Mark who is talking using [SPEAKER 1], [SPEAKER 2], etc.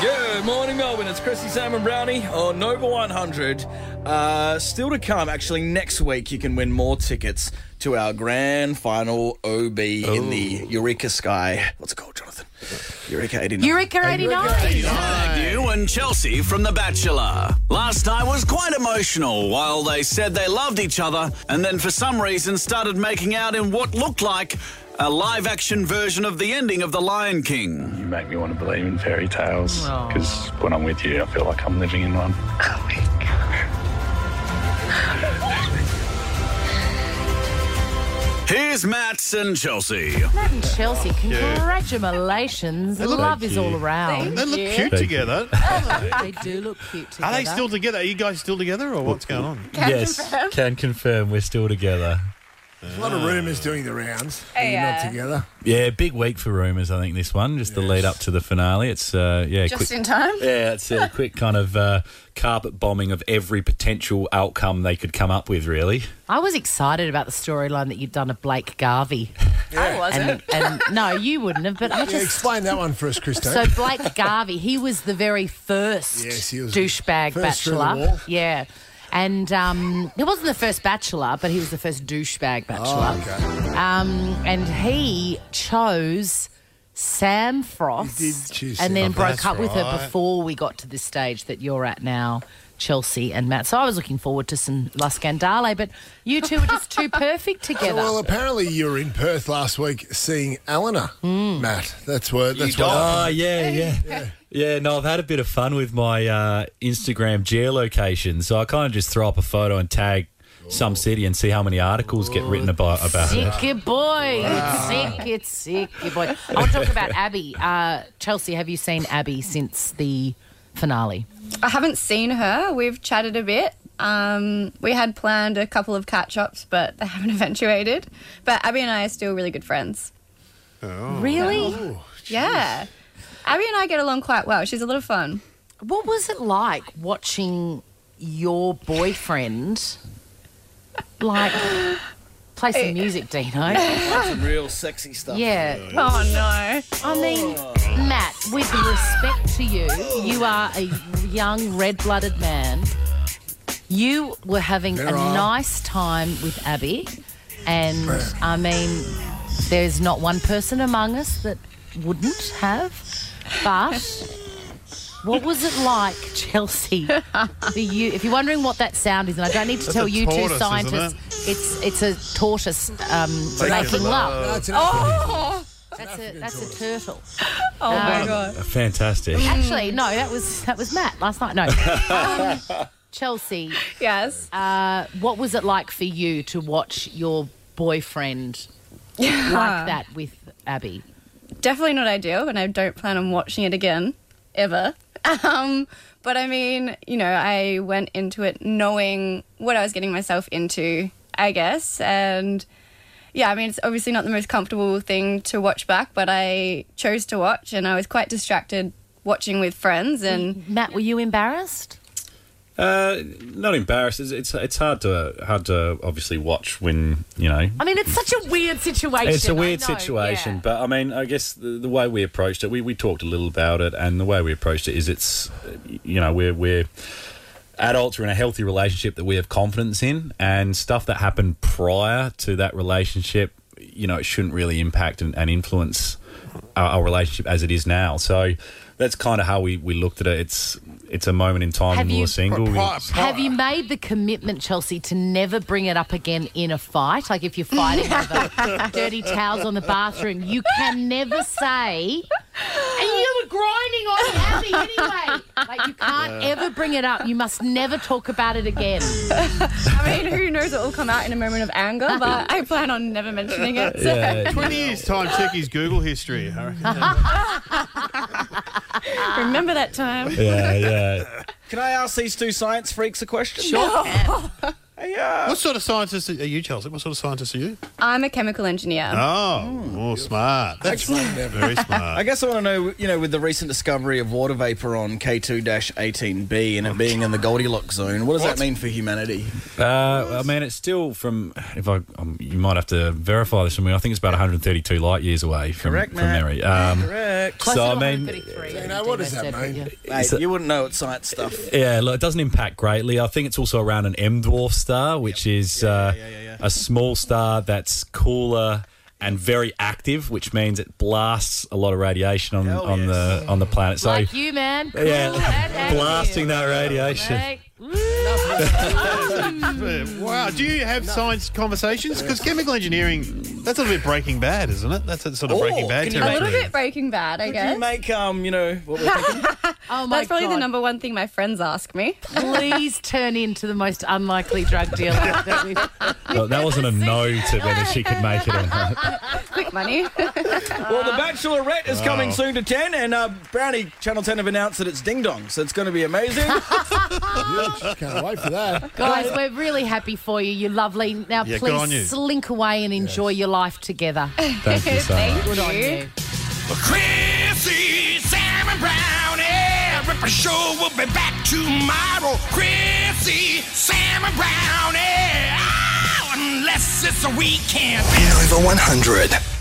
[SPEAKER 1] Good morning, Melbourne. It's Christy Salmon Brownie on Nova 100. Uh, still to come, actually, next week you can win more tickets to our grand final OB in the Eureka Sky. What's it called, Jonathan? Eureka 89.
[SPEAKER 2] Eureka 89.
[SPEAKER 3] You and Chelsea from The Bachelor. Last night was quite emotional while they said they loved each other and then for some reason started making out in what looked like a live action version of the ending of The Lion King.
[SPEAKER 4] You make me want to believe in fairy tales because when I'm with you, I feel like I'm living in one.
[SPEAKER 3] Here's Matt and Chelsea.
[SPEAKER 2] Matt and Chelsea, congratulations. Love is all around.
[SPEAKER 5] They look cute together.
[SPEAKER 2] They do look cute together.
[SPEAKER 5] Are they still together? Are you guys still together, or what's going on?
[SPEAKER 6] yes, can confirm we're still together.
[SPEAKER 7] A lot of rumours doing the rounds.
[SPEAKER 8] Hey,
[SPEAKER 7] You're not
[SPEAKER 8] uh,
[SPEAKER 7] together.
[SPEAKER 6] Yeah, big week for rumours. I think this one, just the lead up to the finale. It's uh, yeah,
[SPEAKER 8] Just
[SPEAKER 6] quick,
[SPEAKER 8] in time.
[SPEAKER 6] yeah, it's a quick kind of uh, carpet bombing of every potential outcome they could come up with. Really,
[SPEAKER 2] I was excited about the storyline that you'd done of Blake Garvey.
[SPEAKER 8] I
[SPEAKER 2] And,
[SPEAKER 8] wasn't.
[SPEAKER 2] and no, you wouldn't have, but I
[SPEAKER 7] Yeah,
[SPEAKER 2] just.
[SPEAKER 7] explain that one for us, Christo.
[SPEAKER 2] So Blake Garvey, he was the very first
[SPEAKER 7] Yes, he was
[SPEAKER 2] douchebag
[SPEAKER 7] first through the
[SPEAKER 2] bachelor.
[SPEAKER 7] wall.
[SPEAKER 2] Yeah. And um, he wasn't the first bachelor, but he was the first douchebag
[SPEAKER 7] Oh,
[SPEAKER 2] bachelor. um, and he chose Sam Frost
[SPEAKER 7] He did choose Sam.
[SPEAKER 2] and then
[SPEAKER 7] Oh,
[SPEAKER 2] broke
[SPEAKER 5] that's
[SPEAKER 2] up with her
[SPEAKER 5] right.
[SPEAKER 2] before we got to this stage that you're at now. Chelsea and Matt. So I was looking forward to some La Scandale, but you two were just too perfect together.
[SPEAKER 7] well, apparently you were in Perth last week seeing Eleanor,
[SPEAKER 2] Hmm.
[SPEAKER 7] Matt. That's what. That's what.
[SPEAKER 6] Oh yeah, yeah, yeah. no, I've had a bit of fun with my uh, Instagram geolocation. So I kind of just throw up a photo and tag some city and see how many articles get written about about it.
[SPEAKER 2] Sick your boy. It's sick. It's sick your boy. I'll talk about Abby. Uh, Chelsea, have you seen Abby since the finale?
[SPEAKER 8] I haven't seen her. We've chatted a bit. Um, we had planned a couple of catch ups, but they haven't eventuated. But Abby and I are still really good friends.
[SPEAKER 7] Oh.
[SPEAKER 2] Really?
[SPEAKER 8] Yeah. Abby and I get along quite well. She's a lot of fun.
[SPEAKER 2] What was it like watching your boyfriend like play some music, Dino?
[SPEAKER 1] Some real sexy stuff.
[SPEAKER 2] Yeah.
[SPEAKER 8] Oh, no.
[SPEAKER 2] I mean, Matt, with respect to you, you are a young red blooded man. You were having a
[SPEAKER 7] There are.
[SPEAKER 2] nice time with Abby, and I mean, there's not one person among us that wouldn't have. But what was it like, Chelsea? For you, if you're wondering what that sound is, and I don't need to tell
[SPEAKER 5] a
[SPEAKER 2] you two
[SPEAKER 5] tortoise, isn't
[SPEAKER 2] scientists, it's it's a tortoise um, making love.
[SPEAKER 7] That's an
[SPEAKER 8] Oh,
[SPEAKER 2] That's a that's a turtle.
[SPEAKER 8] oh my God.
[SPEAKER 6] Fantastic.
[SPEAKER 2] Actually,
[SPEAKER 6] Mm.
[SPEAKER 2] no, that was that was Matt last night. No, um, Chelsea,
[SPEAKER 8] Yes.
[SPEAKER 2] uh, what was it like for you to watch your boyfriend like that with Abby?
[SPEAKER 8] definitely not ideal, and I don't plan on watching it again ever. Um, but I mean, you know, I went into it knowing what I was getting myself into, I guess. And yeah, I mean, it's obviously not the most comfortable thing to watch back, but I chose to watch, and I was quite distracted watching with friends. And
[SPEAKER 2] Matt, were you embarrassed?
[SPEAKER 6] Uh, not embarrassed. It's, it's it's hard to hard to obviously watch when you know.
[SPEAKER 2] I mean, it's such a weird situation.
[SPEAKER 6] It's
[SPEAKER 2] I
[SPEAKER 6] a weird
[SPEAKER 2] know,
[SPEAKER 6] situation,
[SPEAKER 2] yeah.
[SPEAKER 6] but I mean, I guess the, the way we approached it, we, we talked a little about it, and the way we approached it is it's, uh, you know, we're we're adults are in a healthy relationship that we have confidence in, and stuff that happened prior to that relationship, you know, it shouldn't really impact and, and influence our, our relationship as it is now. So that's kind of how we, we looked at it. It's it's a moment in time
[SPEAKER 2] Have
[SPEAKER 6] when we
[SPEAKER 2] you-
[SPEAKER 6] were single. We-
[SPEAKER 7] prior, prior.
[SPEAKER 2] Have you
[SPEAKER 6] Oh.
[SPEAKER 2] made the commitment, Chelsea, to never bring it up again in a fight? Like if you're fighting over dirty towels on the bathroom, you can never say, and you were grinding on Abby anyway. Like you can't ever bring it up. You must never talk about it again.
[SPEAKER 8] I mean, who knows? It will come out in a moment of anger, but I plan on never mentioning it. So.
[SPEAKER 6] yeah,
[SPEAKER 5] Twenty years time, check his Google history. I reckon.
[SPEAKER 8] Remember that time?
[SPEAKER 6] yeah, yeah.
[SPEAKER 1] Can I ask these two science freaks a question? Sure. Hey, uh, yeah.
[SPEAKER 5] What sort of scientist are you, Chelsea? What sort of scientist are you?
[SPEAKER 8] I'm a chemical engineer.
[SPEAKER 5] Oh, oh, smart. That's
[SPEAKER 7] Excellent. Never.
[SPEAKER 5] very
[SPEAKER 1] I
[SPEAKER 5] smart.
[SPEAKER 1] guess I want to know, you know, with the recent discovery of water vapor on K2-18b and it being in the Goldilocks zone, what does that mean for humanity?
[SPEAKER 6] Uh, I mean, it's still from. If I, um, you might have to verify this for me. I think it's about 132 light years away from,
[SPEAKER 1] Correct,
[SPEAKER 6] from
[SPEAKER 1] Matt.
[SPEAKER 6] Mary. Um,
[SPEAKER 1] Correct.
[SPEAKER 6] So, I mean-
[SPEAKER 7] You know, what does that mean?
[SPEAKER 1] Mate, you wouldn't know it's science stuff.
[SPEAKER 6] yeah, look, it doesn't impact greatly. I think it's also around an M dwarf star, which is uh, a small star that's cooler and very active, which means it blasts a lot of radiation on,
[SPEAKER 1] Hell
[SPEAKER 6] on
[SPEAKER 1] yes.
[SPEAKER 6] the on the planet. So
[SPEAKER 2] like you, man. Cool and
[SPEAKER 6] yeah,
[SPEAKER 2] active.
[SPEAKER 6] blasting that radiation.
[SPEAKER 2] Like, woo.
[SPEAKER 5] wow. Do you have science conversations? Because chemical engineering, that's a little bit Breaking Bad, isn't it? That's a sort of
[SPEAKER 1] Oh,
[SPEAKER 5] Breaking Bad
[SPEAKER 1] can you
[SPEAKER 8] A
[SPEAKER 5] territory.
[SPEAKER 8] little bit Breaking Bad, I
[SPEAKER 1] Could
[SPEAKER 8] guess.
[SPEAKER 1] you make, um, you know, what we're thinking?
[SPEAKER 2] Oh my
[SPEAKER 8] That's probably
[SPEAKER 2] God.
[SPEAKER 8] the number one thing my friends ask me.
[SPEAKER 2] Please turn into the most unlikely drug dealer. that we've...
[SPEAKER 6] Look, that wasn't a no to whether she could make it or not.
[SPEAKER 8] Quick money.
[SPEAKER 1] well, The Bachelorette is coming soon to 10 and uh, Brownie, Channel 10 have announced that it's Ding Dong, so it's going to be amazing.
[SPEAKER 7] Can't wait for that.
[SPEAKER 2] Guys, we're really happy for you. You're lovely. Now,
[SPEAKER 5] Yeah, good on you.
[SPEAKER 2] please slink away and enjoy your life together.
[SPEAKER 6] Thank you so much.
[SPEAKER 8] Thank you.
[SPEAKER 9] Chrissy, Sam, and Brownie. Ripper Show will be back tomorrow. Chrissy, Sam, eh, and Brownie. Oh, unless it's a weekend.
[SPEAKER 10] Nova 100.